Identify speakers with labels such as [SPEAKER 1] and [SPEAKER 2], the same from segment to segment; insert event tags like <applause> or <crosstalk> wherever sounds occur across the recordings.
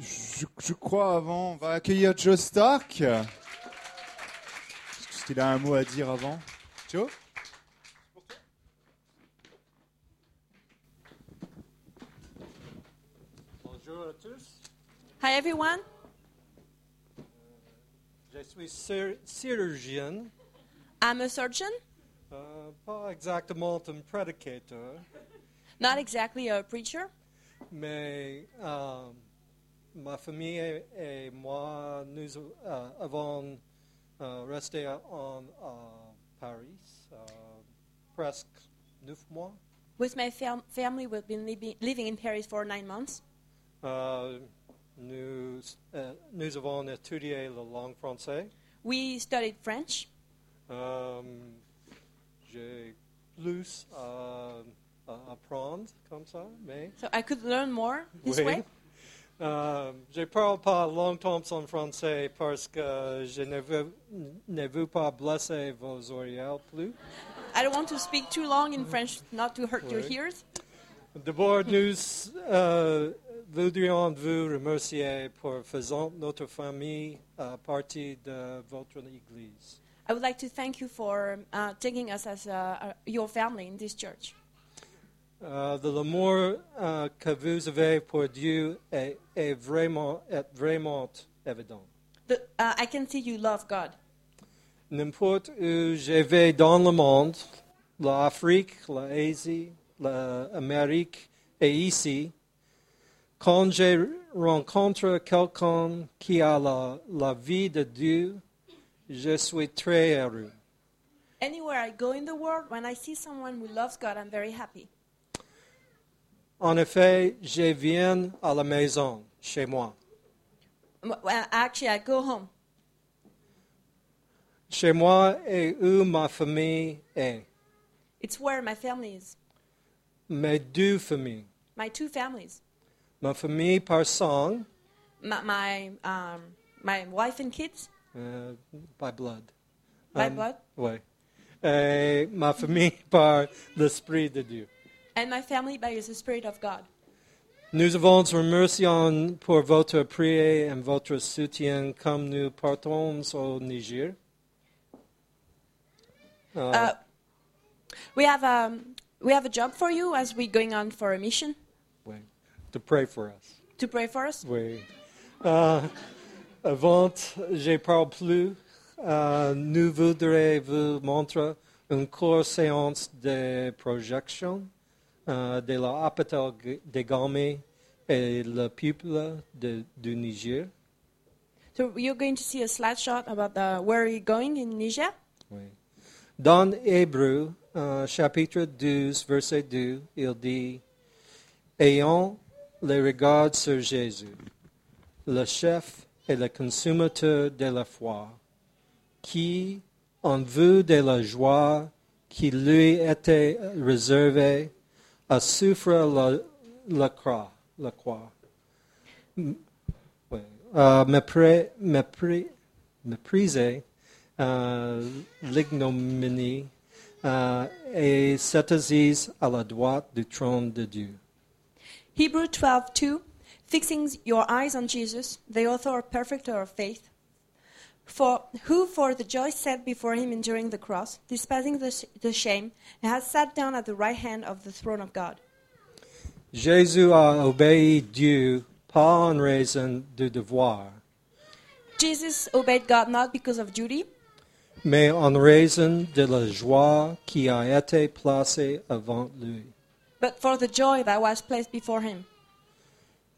[SPEAKER 1] je, je crois avant, on va accueillir Joe Stark. Est-ce qu'il a un mot à dire avant Joe
[SPEAKER 2] Bonjour à tous.
[SPEAKER 3] Hi, everyone.
[SPEAKER 2] Je suis cir- chirurgien,
[SPEAKER 3] I'm a surgeon,
[SPEAKER 2] euh, pas exactement un prédicateur,
[SPEAKER 3] not exactly a preacher,
[SPEAKER 2] mais euh, ma famille et, et moi, nous euh, avons euh, resté à- en à Paris euh, presque neuf mois.
[SPEAKER 3] with my fam- family. We've been living, living in Paris for nine months.
[SPEAKER 2] Euh, nous, euh, nous avons étudié la langue française.
[SPEAKER 3] We studied French.
[SPEAKER 2] Euh, J'ai plus à, à apprendre comme ça, mais...
[SPEAKER 3] So I could learn more this
[SPEAKER 2] Oui.
[SPEAKER 3] way.
[SPEAKER 2] Euh, je parle pas longtemps en français parce que je ne veux, ne veux pas blesser vos oreilles plus.
[SPEAKER 3] I don't want to speak too long in French, not to hurt your
[SPEAKER 2] Oui.
[SPEAKER 3] ears. <laughs>
[SPEAKER 2] D'abord, nous euh, voudrions vous remercier pour faisant notre famille à partir de votre église.
[SPEAKER 3] I would like to thank you for uh, taking us as uh, your family in this church.
[SPEAKER 2] Euh, de l'amour euh, que vous avez pour Dieu est, est vraiment, est vraiment évident.
[SPEAKER 3] The, uh, I can see you love God.
[SPEAKER 2] N'importe où je vais dans le monde, l'Afrique, l'Asie, l'Amérique et ici, quand je rencontre quelqu'un qui a la, la vie de Dieu, je suis très heureux.
[SPEAKER 3] Anywhere I go in the world, when I see someone who loves God, I'm very happy.
[SPEAKER 2] En effet, je viens à la maison, chez moi.
[SPEAKER 3] Well, actually, I go home.
[SPEAKER 2] Chez moi et où ma famille est,
[SPEAKER 3] It's where my family is,
[SPEAKER 2] mes deux familles.
[SPEAKER 3] my two families,
[SPEAKER 2] Ma famille par sang,
[SPEAKER 3] my my, um, my wife and kids.
[SPEAKER 2] euh, by blood.
[SPEAKER 3] By
[SPEAKER 2] Um, Uh,
[SPEAKER 3] blood?
[SPEAKER 2] Ouais. Et ma famille <laughs> par l'Esprit de Dieu.
[SPEAKER 3] and my family by the Spirit of God.
[SPEAKER 2] Nous avons remercions pour votre prière et votre soutien comme nous partons au Niger. Euh,
[SPEAKER 3] Uh, we have a we have a job for you as we're going on for a mission
[SPEAKER 2] ouais. To pray for us.
[SPEAKER 3] to pray for us.
[SPEAKER 2] Oui. Euh, avant, je parle plus. Euh, nous voudrions vous montrer une courte séance de projection euh, de l'hôpital de Gomé et le peuple de- du Niger.
[SPEAKER 3] So you're going to see a slideshot about the, where you're going in Niger.
[SPEAKER 2] Oui. Dans Hébreu, euh, chapitre 12, verset 2, il dit Ayons les regards sur Jésus, le chef et le consommateur de la foi, qui, en vue de la joie qui lui était réservée, a souffert la, la croix. La croix. M- oui. Euh, mépré- mépré- méprisé euh, l'ignominie euh, et s'est assise à la droite du trône de Dieu.
[SPEAKER 3] Hebrew 12:2 Fixing your eyes on Jesus, the author and perfecter of faith, for who for the joy set before him enduring the cross, despising the, sh- the shame, and has sat down at the right hand of the throne of God.
[SPEAKER 2] Jésus a obéi Dieu pas en raison du devoir,
[SPEAKER 3] Jesus obeyed God not because of duty,
[SPEAKER 2] mais en raison de la joie qui a été placée avant lui.
[SPEAKER 3] but for the joy that was placed before him.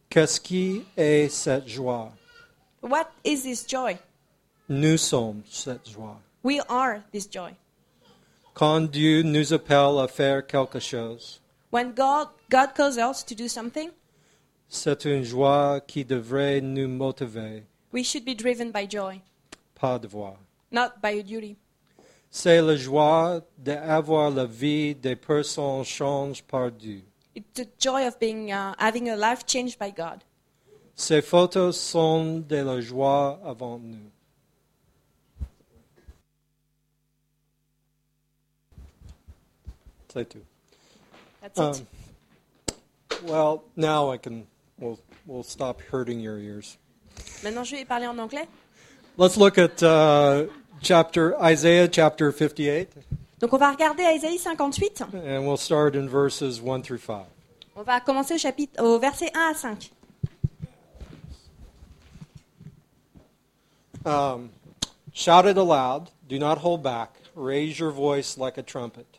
[SPEAKER 2] Qu'est-ce qui est cette joie
[SPEAKER 3] What is this joy?
[SPEAKER 2] Nous sommes cette joie.
[SPEAKER 3] We are this joy.
[SPEAKER 2] Quand Dieu nous appelle à faire quelque chose,
[SPEAKER 3] When God, God calls us to do something,
[SPEAKER 2] c'est une joie qui devrait nous motiver,
[SPEAKER 3] we should be driven by joy,
[SPEAKER 2] pas devoir.
[SPEAKER 3] not by duty.
[SPEAKER 2] C'est la joie d'avoir la vie des personnes changée par Dieu.
[SPEAKER 3] It's the joy of being, uh, having a life changed by God.
[SPEAKER 2] Ces photos sont de la joie avant nous. C'est tout.
[SPEAKER 3] That's it.
[SPEAKER 2] Um, well, Um, now I can We'll, we'll stop hurting your ears.
[SPEAKER 3] Maintenant, je vais parler en anglais.
[SPEAKER 2] Let's look at uh, chapter Isaiah chapter 58,
[SPEAKER 3] Donc, on va regarder Isaïe 58.
[SPEAKER 2] and we'll start in verses 1 through 5.
[SPEAKER 3] On va commencer au, chapitre, au verset 1 à 5.
[SPEAKER 2] Um, shout it aloud. Do not hold back. Raise your voice like a trumpet.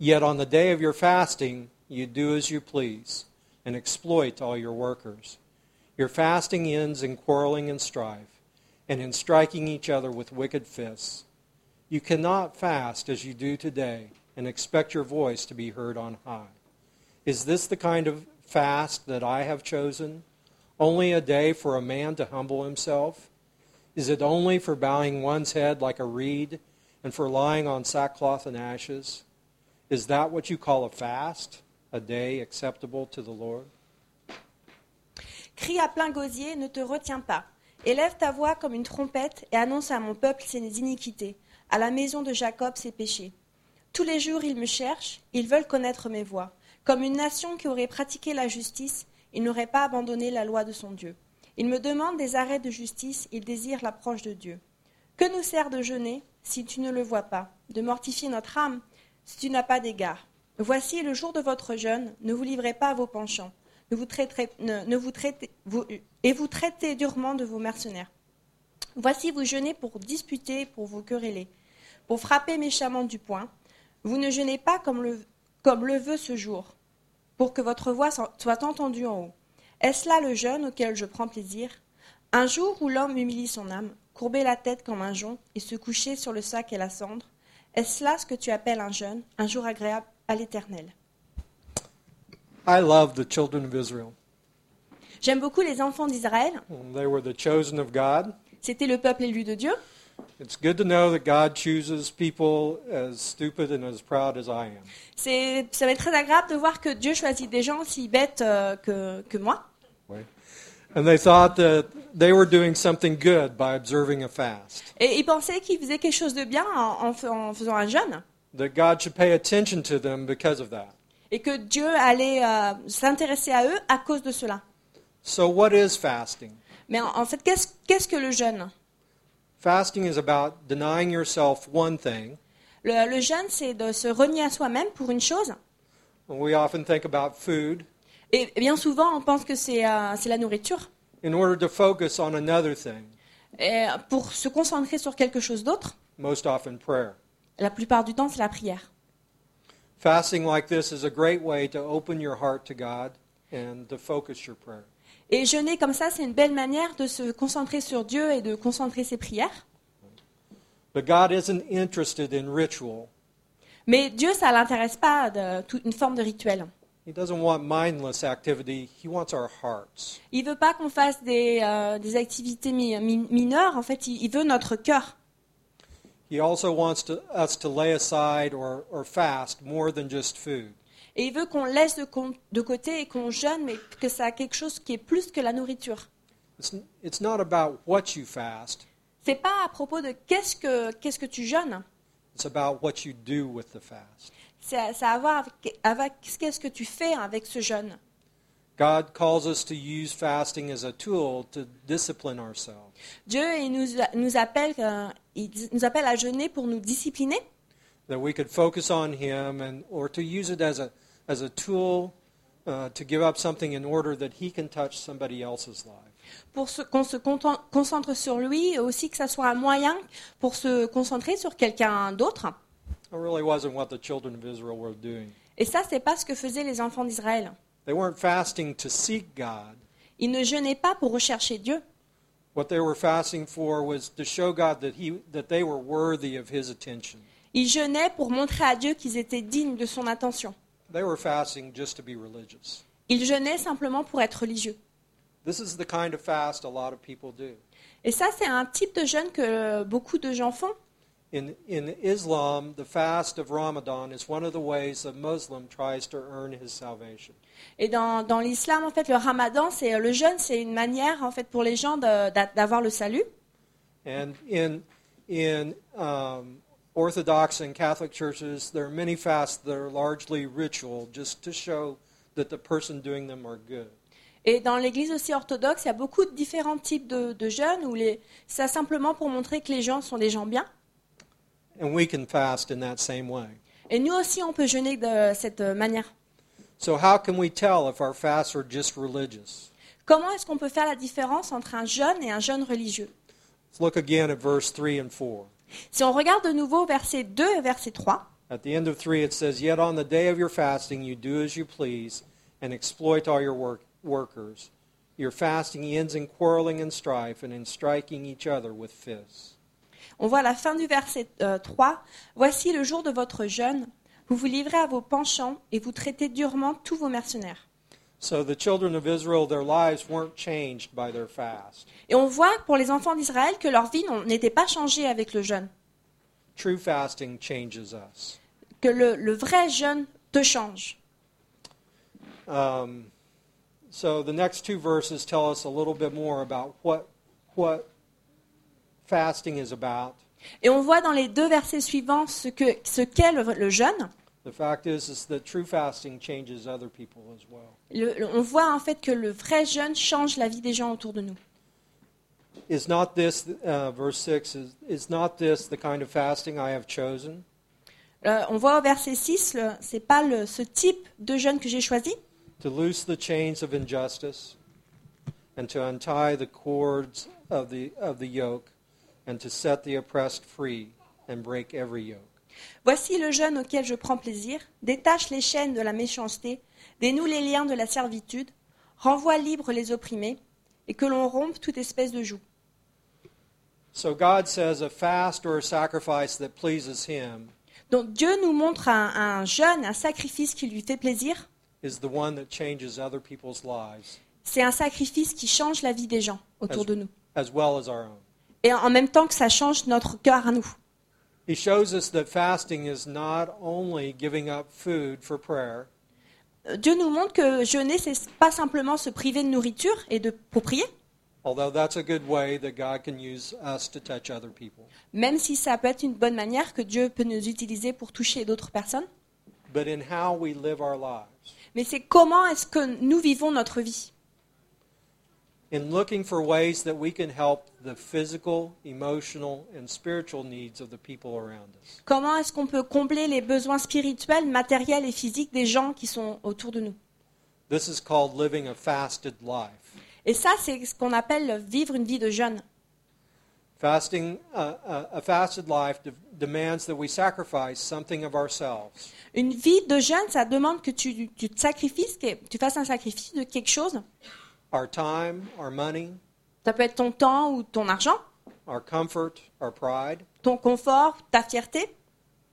[SPEAKER 2] Yet on the day of your fasting, you do as you please, and exploit all your workers. Your fasting ends in quarreling and strife, and in striking each other with wicked fists. You cannot fast as you do today, and expect your voice to be heard on high. Is this the kind of fast that I have chosen? Only a day for a man to humble himself? Is it only for bowing one's head like a reed and for lying on sackcloth and ashes? Is that what you call a fast, a day acceptable to the Lord?
[SPEAKER 3] Crie à plein gosier, ne te retiens pas. Élève ta voix comme une trompette et annonce à mon peuple ses iniquités, à la maison de Jacob ses péchés. Tous les jours ils me cherchent, ils veulent connaître mes voies. Comme une nation qui aurait pratiqué la justice, ils n'auraient pas abandonné la loi de son Dieu. Ils me demandent des arrêts de justice, ils désirent l'approche de Dieu. Que nous sert de jeûner si tu ne le vois pas, de mortifier notre âme si tu n'as pas d'égard Voici le jour de votre jeûne, ne vous livrez pas à vos penchants, ne vous traiterez- ne- ne vous traitez- vous- et vous traitez durement de vos mercenaires. Voici vous jeûnez pour disputer, pour vous quereller, pour frapper méchamment du poing. Vous ne jeûnez pas comme le, comme le veut ce jour, pour que votre voix so- soit entendue en haut. Est-ce là le jeûne auquel je prends plaisir Un jour où l'homme humilie son âme, courber la tête comme un jonc et se coucher sur le sac et la cendre, est-ce là ce que tu appelles un jeûne, un jour agréable à l'Éternel
[SPEAKER 2] I love the children of Israel.
[SPEAKER 3] J'aime beaucoup les enfants d'Israël.
[SPEAKER 2] They were the chosen of God.
[SPEAKER 3] C'était le peuple élu de Dieu.
[SPEAKER 2] It's good to know that God chooses people as stupid and as proud as I am.
[SPEAKER 3] C'est, ça va être très agréable de voir que Dieu choisit des gens aussi bêtes euh, que, que moi.
[SPEAKER 2] And they thought that they were doing something good by observing a fast,
[SPEAKER 3] Et ils pensaient qu'ils faisaient quelque chose de bien en, en fa- en faisant un jeûne.
[SPEAKER 2] that God should pay attention to them because of that.
[SPEAKER 3] Et que Dieu allait euh, s'intéresser à eux à cause de cela.
[SPEAKER 2] So, what is fasting?
[SPEAKER 3] Mais en, en fait, qu'est-ce, qu'est-ce que le jeûne
[SPEAKER 2] Fasting is about denying yourself one thing.
[SPEAKER 3] le, le jeûne, c'est de se renier à soi-même pour une chose.
[SPEAKER 2] We often think about food
[SPEAKER 3] Et bien souvent, on pense que c'est, euh, c'est la nourriture.
[SPEAKER 2] in order to focus on another thing,
[SPEAKER 3] Et pour se concentrer sur quelque chose d'autre,
[SPEAKER 2] most often prayer.
[SPEAKER 3] la plupart du temps, c'est la prière.
[SPEAKER 2] Fasting like this is a great way to open your heart to God and to focus your prayer.
[SPEAKER 3] Et jeûner comme ça, c'est une belle manière de se concentrer sur Dieu et de concentrer ses prières.
[SPEAKER 2] But God isn't interested in ritual.
[SPEAKER 3] Mais Dieu, ça l'intéresse pas de toute une forme de rituel.
[SPEAKER 2] He doesn't want mindless activity. He wants our hearts.
[SPEAKER 3] Il veut pas qu'on fasse des, euh, des activités mi- mi- mineures. En fait, il, il veut notre cœur.
[SPEAKER 2] He also wants to, us to lay aside or, or fast more than just food.
[SPEAKER 3] Et il veut qu'on laisse de, con- de côté et qu'on jeûne, mais que ça a quelque chose qui est plus que la nourriture.
[SPEAKER 2] It's, it's not about what you fast.
[SPEAKER 3] C'est pas à propos de qu'est-ce que qu'est-ce que tu jeûnes.
[SPEAKER 2] It's about what you do with the fast.
[SPEAKER 3] C'est ça a à voir avec, avec qu'est-ce que tu fais avec ce jeûne.
[SPEAKER 2] God calls us to use fasting as a tool to discipline ourselves.
[SPEAKER 3] Dieu il nous, a- nous appelle, euh, il dis- nous appelle à jeûner pour nous discipliner,
[SPEAKER 2] that we could focus on him and or to use it as a as a tool uh, to give up something in order that he can touch somebody else's life.
[SPEAKER 3] pour se- qu'on se conten- concentre sur lui, et aussi que ça soit un moyen pour se concentrer sur quelqu'un d'autre.
[SPEAKER 2] That really wasn't what the children of Israel were doing.
[SPEAKER 3] Et ça, c'est pas ce que faisaient les enfants d'Israël.
[SPEAKER 2] They weren't fasting to seek God.
[SPEAKER 3] Ils ne jeûnaient pas pour rechercher Dieu.
[SPEAKER 2] What they were fasting for was to show God that he that they were worthy of his attention.
[SPEAKER 3] Ils jeûnaient pour montrer à Dieu qu'ils étaient dignes de son attention.
[SPEAKER 2] They were fasting just to be religious.
[SPEAKER 3] Ils jeûnaient simplement pour être religieux.
[SPEAKER 2] This is the kind of fast a lot of people do.
[SPEAKER 3] Et ça, c'est un type de jeûne que euh, beaucoup de gens font.
[SPEAKER 2] In, in Islam, the fast of Ramadan is one of the ways a Muslim tries to earn his salvation.
[SPEAKER 3] Et dans, dans l'islam, en fait, le ramadan, c'est euh, le jeûne, c'est une manière, en fait, pour les gens de- d'a- d'avoir le salut.
[SPEAKER 2] And in, in um, Orthodox and Catholic churches, there are many fasts that are largely ritual just to show that the person doing them are good.
[SPEAKER 3] Et dans l'église aussi orthodoxe, il y a beaucoup de différents types de, de jeûnes où les, ça simplement pour montrer que les gens sont des gens bien.
[SPEAKER 2] And we can fast in that same way.
[SPEAKER 3] Et nous aussi, on peut jeûner de cette euh, manière.
[SPEAKER 2] So, how can we tell if our fasts are just religious?
[SPEAKER 3] Comment est-ce qu'on peut faire la différence entre un jeûne et un jeûne religieux
[SPEAKER 2] Let's look again at verse 3 and 4.
[SPEAKER 3] Si on regarde de nouveau verset 2 et verset 3,
[SPEAKER 2] At the end of 3, it says, Yet on the day of your fasting you do as you please and exploit all your work- workers. Your fasting ends in quarreling and strife and in striking each other with fists.
[SPEAKER 3] on voit à la fin du verset euh, 3, Voici le jour de votre jeûne, vous vous livrez à vos penchants et vous traitez durement tous vos mercenaires.
[SPEAKER 2] So the children of Israel, their lives weren't changed by their fast.
[SPEAKER 3] Et on voit pour les enfants d'Israël que leur vie n'ont- n'était pas changée avec le jeûne,
[SPEAKER 2] True fasting changes us.
[SPEAKER 3] que le, le vrai jeûne te change.
[SPEAKER 2] Um, so the next two verses tell us a little bit more about what, what fasting is about.
[SPEAKER 3] Et on voit dans les deux versets suivants ce que- ce qu'est le, le jeûne.
[SPEAKER 2] The fact is, is that true fasting changes other people as well.
[SPEAKER 3] Le- le- on voit en fait que le vrai jeûne change la vie des gens autour de nous.
[SPEAKER 2] Is not this, uh, verse 6, is, is not this the kind of fasting I have chosen?
[SPEAKER 3] Euh, on voit au verset 6, le- c'est pas le- ce type de jeûne que j'ai choisi,
[SPEAKER 2] To loose the chains of injustice, and to untie the cords of the, of the yoke, and to set the oppressed free, and break every yoke.
[SPEAKER 3] Voici le jeûne auquel je prends plaisir, détache les chaînes de la méchanceté, dénoue les liens de la servitude, renvoie libres les opprimés, et que l'on rompe toute espèce de joug.
[SPEAKER 2] So God says a fast or a sacrifice that pleases Him
[SPEAKER 3] Donc Dieu nous montre un, un jeûne, un sacrifice qui lui fait plaisir.
[SPEAKER 2] is the one that changes other people's lives
[SPEAKER 3] C'est un sacrifice qui change la vie des gens autour de nous.
[SPEAKER 2] as well as our own.
[SPEAKER 3] Et en même temps que ça change notre cœur à nous.
[SPEAKER 2] He shows us that fasting is not only giving up food for prayer,
[SPEAKER 3] Euh, Dieu nous montre que jeûner, c'est pas simplement se priver de nourriture et de pour prier,
[SPEAKER 2] although that's a good way that God can use us to touch other people.
[SPEAKER 3] même si ça peut être une bonne manière que Dieu peut nous utiliser pour toucher d'autres personnes.
[SPEAKER 2] but in how we live our lives.
[SPEAKER 3] Mais c'est comment est-ce que nous vivons notre vie
[SPEAKER 2] In looking for ways that we can help the physical, emotional, and spiritual needs of the people around us.
[SPEAKER 3] Comment est-ce qu'on peut combler les besoins spirituels, matériels et physiques des gens qui sont autour de nous
[SPEAKER 2] This is called living a fasted life.
[SPEAKER 3] Et ça, c'est ce qu'on appelle vivre une vie de jeûne.
[SPEAKER 2] Fasting, uh, uh, a fasted life de- demands that we sacrifice something of ourselves.
[SPEAKER 3] Une vie de jeûne, ça demande que tu, tu te sacrifies, que tu fasses un sacrifice de quelque chose.
[SPEAKER 2] Our time, our money,
[SPEAKER 3] Ça peut être ton temps ou ton argent,
[SPEAKER 2] our comfort, our pride,
[SPEAKER 3] ton confort, ta fierté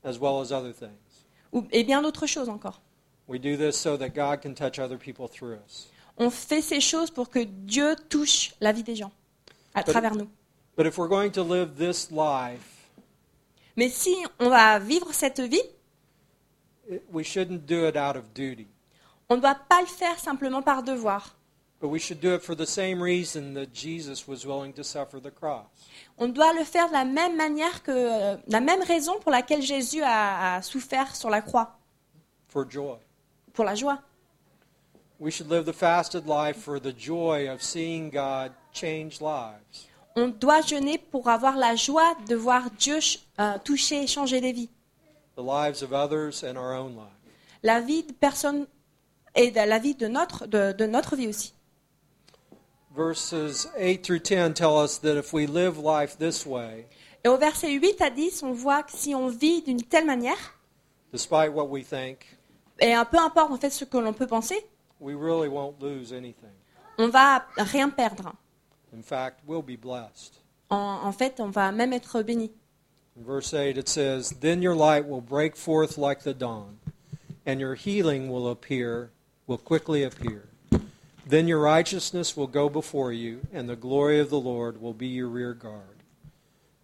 [SPEAKER 2] as well as other things.
[SPEAKER 3] ou, et bien d'autres choses encore.
[SPEAKER 2] We do this so that God can touch other people through us.
[SPEAKER 3] On fait ces choses pour que Dieu touche la vie des gens à
[SPEAKER 2] Peut-
[SPEAKER 3] travers nous.
[SPEAKER 2] But if we're going to live this life,
[SPEAKER 3] Mais si on va vivre cette vie,
[SPEAKER 2] it, we shouldn't do it out of duty.
[SPEAKER 3] on ne doit pas le faire simplement par devoir.
[SPEAKER 2] But we should do it for the same reason that Jesus was willing to suffer the cross.
[SPEAKER 3] On doit le faire de la même manière que euh, la même raison pour laquelle Jésus a, a souffert sur la croix,
[SPEAKER 2] For joy.
[SPEAKER 3] pour la joie.
[SPEAKER 2] We should live the fasted life for the joy of seeing God change lives.
[SPEAKER 3] On doit jeûner pour avoir la joie de voir Dieu ch- euh, toucher et changer des vies,
[SPEAKER 2] The lives of others and our own life.
[SPEAKER 3] la vie de personnes et de la vie de notre, de, de notre vie aussi.
[SPEAKER 2] Verses 8 through 10 tell us that if we live life this way,
[SPEAKER 3] Et au verset 8 à 10, on voit que si on vit d'une telle manière,
[SPEAKER 2] despite what we think,
[SPEAKER 3] et un peu importe en fait ce que l'on peut penser,
[SPEAKER 2] we really won't lose anything.
[SPEAKER 3] on va rien perdre.
[SPEAKER 2] In fact, we'll be blessed.
[SPEAKER 3] En, en fait, on va même être béni.
[SPEAKER 2] In verse 8 it says, Then your light will break forth like the dawn, and your healing will appear, will quickly appear. Then your righteousness will go before you, and the glory of the Lord will be your rear guard.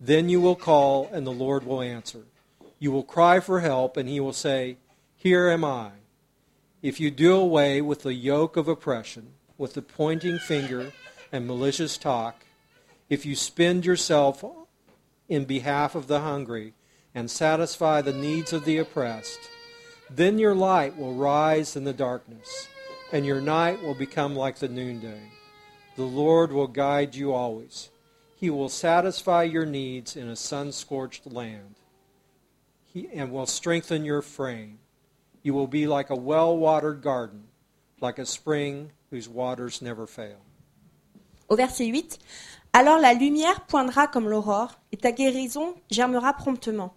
[SPEAKER 2] Then you will call, and the Lord will answer. You will cry for help, and he will say, Here am I. If you do away with the yoke of oppression, with the pointing finger and malicious talk, if you spend yourself in behalf of the hungry and satisfy the needs of the oppressed, then your light will rise in the darkness, and your night will become like the noonday. The Lord will guide you always. He will satisfy your needs in a sun scorched land he, and will strengthen your frame. You will be like a well watered garden, like a spring whose waters never fail.
[SPEAKER 3] Au verset 8, Alors la lumière poindra comme l'aurore, et ta guérison germera promptement.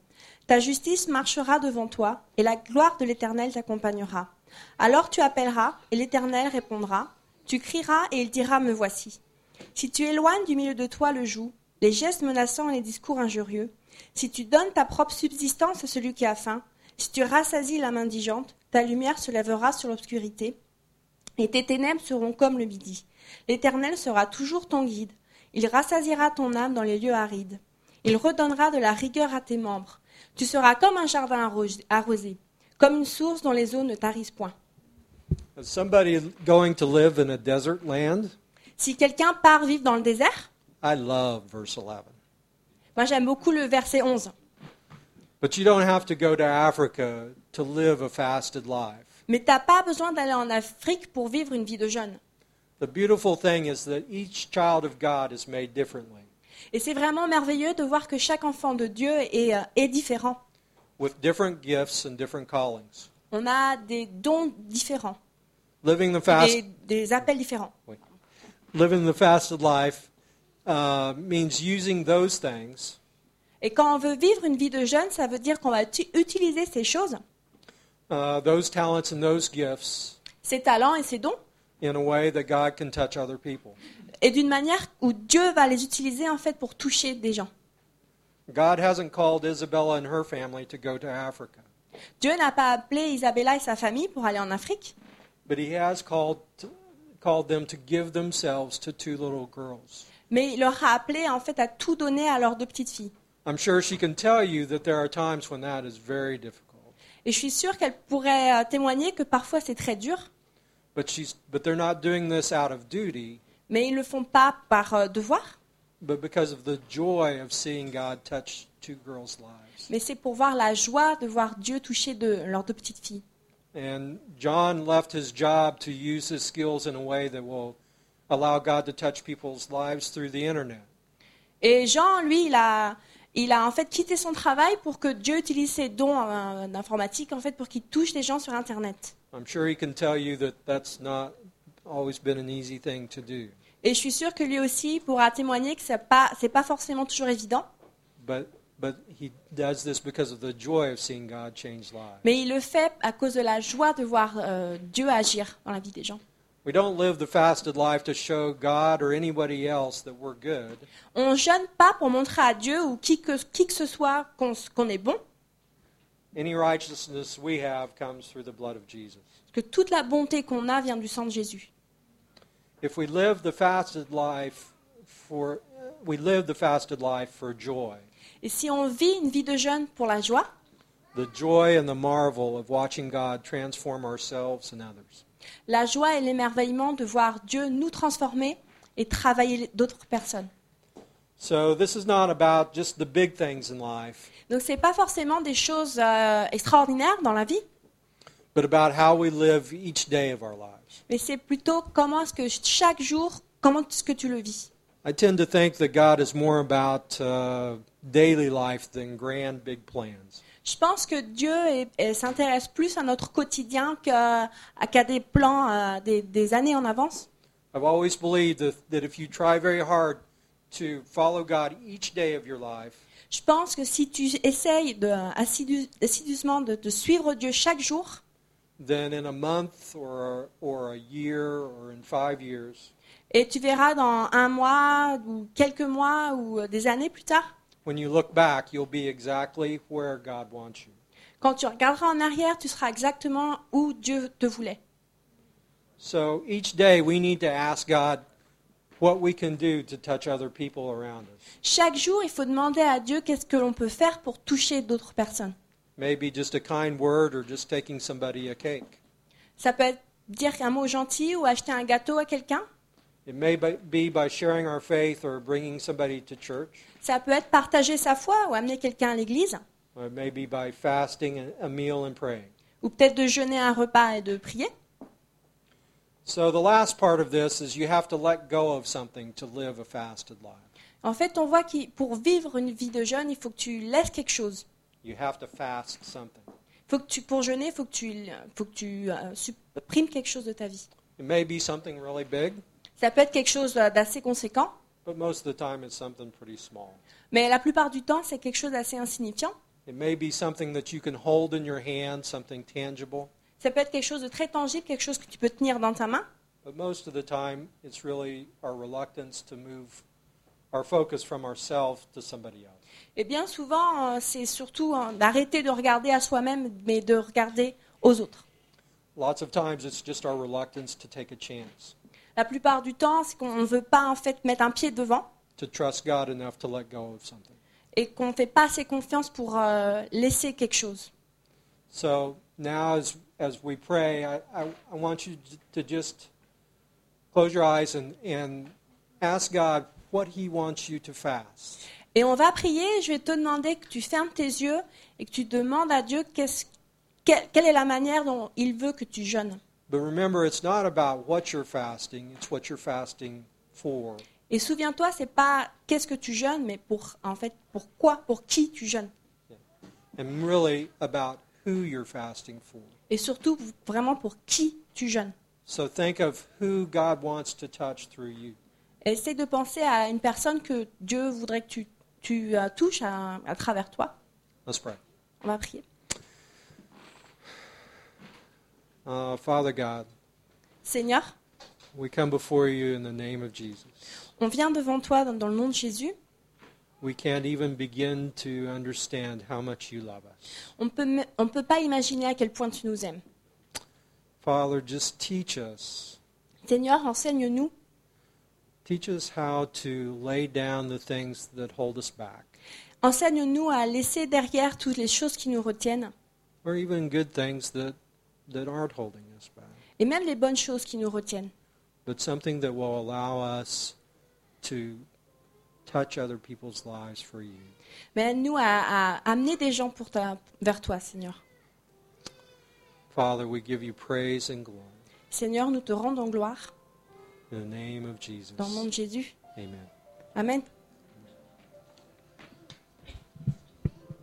[SPEAKER 3] Ta justice marchera devant toi, et la gloire de l'Éternel t'accompagnera. Alors tu appelleras, et l'Éternel répondra. Tu crieras, et il dira, Me voici. Si tu éloignes du milieu de toi le joug, les gestes menaçants et les discours injurieux, si tu donnes ta propre subsistance à celui qui a faim, si tu rassasies l'âme indigente, ta lumière se lèvera sur l'obscurité, et tes ténèbres seront comme le midi. L'Éternel sera toujours ton guide. Il rassasiera ton âme dans les lieux arides. Il redonnera de la rigueur à tes membres. Tu seras comme un jardin arro- arrosé, comme une source dont les eaux ne tarissent point.
[SPEAKER 2] Is somebody going to live in a desert land?
[SPEAKER 3] Si quelqu'un part vivre dans le désert,
[SPEAKER 2] I love verse 11.
[SPEAKER 3] moi j'aime beaucoup le verset 11.
[SPEAKER 2] But you don't have to go to Africa to live a fasted life.
[SPEAKER 3] Mais t'as pas besoin d'aller en Afrique pour vivre une vie de jeûne.
[SPEAKER 2] The beautiful thing is that each child of God is made differently,
[SPEAKER 3] Et c'est vraiment merveilleux de voir que chaque enfant de Dieu est, euh, est différent.
[SPEAKER 2] with different gifts and different callings.
[SPEAKER 3] On a des dons différents,
[SPEAKER 2] Living the fast,
[SPEAKER 3] des, des appels différents.
[SPEAKER 2] living the fasted life uh, means using those things
[SPEAKER 3] Et quand on veut vivre une vie de jeûne, ça veut dire qu'on va tu- utiliser ces choses,
[SPEAKER 2] uh, those talents and those gifts
[SPEAKER 3] ces talents et ces dons,
[SPEAKER 2] in a way that God can touch other people.
[SPEAKER 3] et d'une manière où Dieu va les utiliser en fait pour toucher des gens.
[SPEAKER 2] God hasn't called Isabella and her family to go to Africa,
[SPEAKER 3] Dieu n'a pas appelé Isabella et sa famille pour aller en Afrique,
[SPEAKER 2] but He has called, called them to give themselves to two little girls.
[SPEAKER 3] mais il leur a appelé en fait à tout donner à leurs deux petites filles.
[SPEAKER 2] I'm sure she can tell you that there are times when that is very difficult,
[SPEAKER 3] Et je suis sûre qu'elle pourrait euh, témoigner que parfois c'est très dur,
[SPEAKER 2] but, she's, but they're not doing this out of duty,
[SPEAKER 3] mais ils ne le font pas par euh, devoir,
[SPEAKER 2] but because of the joy of seeing God touch two girls' lives.
[SPEAKER 3] mais c'est pour voir la joie de voir Dieu toucher de leurs deux petites filles.
[SPEAKER 2] And John left his job to use his skills in a way that will allow God to touch people's lives through the internet.
[SPEAKER 3] Et Jean, lui, il a, il a en fait quitté son travail pour que Dieu utilise ses dons euh, d'informatique en fait pour qu'il touche les gens sur Internet.
[SPEAKER 2] I'm sure he can tell you that that's not always been an easy thing to do,
[SPEAKER 3] Et je suis sûre que lui aussi pourra témoigner que c'est pas, c'est pas forcément toujours évident,
[SPEAKER 2] but but he does this because of the joy of seeing God change lives.
[SPEAKER 3] mais il le fait à cause de la joie de voir euh, Dieu agir dans la vie des gens.
[SPEAKER 2] We don't live the fasted life to show God or anybody else that we're good,
[SPEAKER 3] On jeûne pas pour montrer à Dieu ou qui que, qui que ce soit qu'on, s- qu'on est bon,
[SPEAKER 2] Any righteousness we have comes through the blood of Jesus.
[SPEAKER 3] parce que toute la bonté qu'on a vient du sang de Jésus.
[SPEAKER 2] If we live the fasted life for we live the fasted life for joy.
[SPEAKER 3] Et si on vit une vie de jeûne pour la joie,
[SPEAKER 2] The joy and the marvel of watching God transform ourselves and others.
[SPEAKER 3] la joie et l'émerveillement de voir Dieu nous transformer et travailler d'autres personnes.
[SPEAKER 2] So this is not about just the big things in life,
[SPEAKER 3] Donc c'est pas forcément des choses euh, extraordinaires dans la vie,
[SPEAKER 2] but about how we live each day of our lives.
[SPEAKER 3] mais c'est plutôt comment est-ce que chaque jour, comment est-ce que tu le vis.
[SPEAKER 2] I tend to think that God is more about uh, daily life than grand big plans.
[SPEAKER 3] Je pense que Dieu est- est- s'intéresse plus à notre quotidien qu'à à- qu'à des plans euh, des, des années en avance.
[SPEAKER 2] I've always believed that, that if you try very hard to follow God each day of your life,
[SPEAKER 3] Je pense que si tu essayes de, assidu- assidûment de, de suivre Dieu chaque jour,
[SPEAKER 2] then in a month or, or a year or in five years,
[SPEAKER 3] et tu verras dans un mois ou quelques mois ou euh, des années plus tard,
[SPEAKER 2] when you look back, you'll be exactly where God wants you.
[SPEAKER 3] quand tu regarderas en arrière, tu seras exactement où Dieu te voulait.
[SPEAKER 2] So each day we need to ask God what we can do to touch other people around us.
[SPEAKER 3] Chaque jour, il faut demander à Dieu qu'est-ce que l'on peut faire pour toucher d'autres personnes.
[SPEAKER 2] Maybe just a kind word or just taking somebody a cake.
[SPEAKER 3] Ça peut être dire un mot gentil ou acheter un gâteau à quelqu'un.
[SPEAKER 2] It may by- be by sharing our faith or bringing somebody to church.
[SPEAKER 3] Ça peut être partager sa foi ou amener quelqu'un à l'église.
[SPEAKER 2] Or it may be by fasting and- a meal and praying.
[SPEAKER 3] Ou peut-être de jeûner un repas et de prier.
[SPEAKER 2] So the last part of this is you have to let go of something to live a fasted life.
[SPEAKER 3] En fait, on voit que pour vivre une vie de jeûne, il faut que tu laisses quelque chose.
[SPEAKER 2] You have to fast something.
[SPEAKER 3] Faut que tu, pour jeûner, il faut que tu, faut que tu euh, supprimes quelque chose de ta vie.
[SPEAKER 2] It may be something really big,
[SPEAKER 3] Ça peut être quelque chose euh, d'assez conséquent,
[SPEAKER 2] but most of the time it's something pretty small.
[SPEAKER 3] mais la plupart du temps, c'est quelque chose d'assez insignifiant.
[SPEAKER 2] It may be something that you can hold in your hand, something tangible,
[SPEAKER 3] Ça peut être quelque chose de très tangible, quelque chose que tu peux tenir dans ta main.
[SPEAKER 2] but most of the time it's really our reluctance to move our focus from ourselves to somebody else.
[SPEAKER 3] Et bien souvent, euh, c'est surtout hein, d'arrêter de regarder à soi-même, mais de regarder aux autres.
[SPEAKER 2] Lots of times it's just our reluctance to take a chance,
[SPEAKER 3] La plupart du temps, c'est qu'on ne veut pas en fait mettre un pied devant
[SPEAKER 2] to trust God enough to let go of something.
[SPEAKER 3] et qu'on ne fait pas assez confiance pour euh, laisser quelque chose.
[SPEAKER 2] So now, as, as we pray, I, I, I want you j- to just close your eyes and, and ask God what He wants you to fast.
[SPEAKER 3] Et on va prier, je vais te demander que tu fermes tes yeux et que tu demandes à Dieu qu'est-ce- quelle, quelle est la manière dont il veut que tu jeûnes.
[SPEAKER 2] But remember, it's not about what you're fasting, it's what you're fasting for.
[SPEAKER 3] Et souviens-toi, c'est pas qu'est-ce que tu jeûnes, mais pour en fait pourquoi, pour qui tu jeûnes.
[SPEAKER 2] and really about who you're fasting for.
[SPEAKER 3] Et surtout vraiment pour qui tu jeûnes.
[SPEAKER 2] So think of who God wants to touch through you.
[SPEAKER 3] Et Essaie de penser à une personne que Dieu voudrait que tu, tu, euh, touches à, à travers toi.
[SPEAKER 2] Let's pray.
[SPEAKER 3] On va prier.
[SPEAKER 2] Uh, Father God,
[SPEAKER 3] Seigneur,
[SPEAKER 2] we come before you in the name of Jesus.
[SPEAKER 3] on vient devant toi dans, dans le nom de Jésus.
[SPEAKER 2] We can't even begin to understand how much you love us.
[SPEAKER 3] On peut me- on peut pas imaginer à quel point tu nous aimes.
[SPEAKER 2] Father, just teach us.
[SPEAKER 3] Seigneur, enseigne-nous
[SPEAKER 2] Teach us how to lay down the things that hold us back,
[SPEAKER 3] Enseigne-nous à laisser derrière toutes les choses qui nous retiennent,
[SPEAKER 2] or even good things that, that aren't holding us back,
[SPEAKER 3] et même les bonnes choses qui nous retiennent,
[SPEAKER 2] but something that will allow us to touch other people's lives for you.
[SPEAKER 3] mais aide-nous à, à amener des gens pour ta- vers toi, Seigneur.
[SPEAKER 2] Father, we give you praise and glory.
[SPEAKER 3] Seigneur, nous te rendons gloire
[SPEAKER 2] In the name of Jesus.
[SPEAKER 3] dans le nom de Jésus.
[SPEAKER 2] Amen.
[SPEAKER 3] Amen.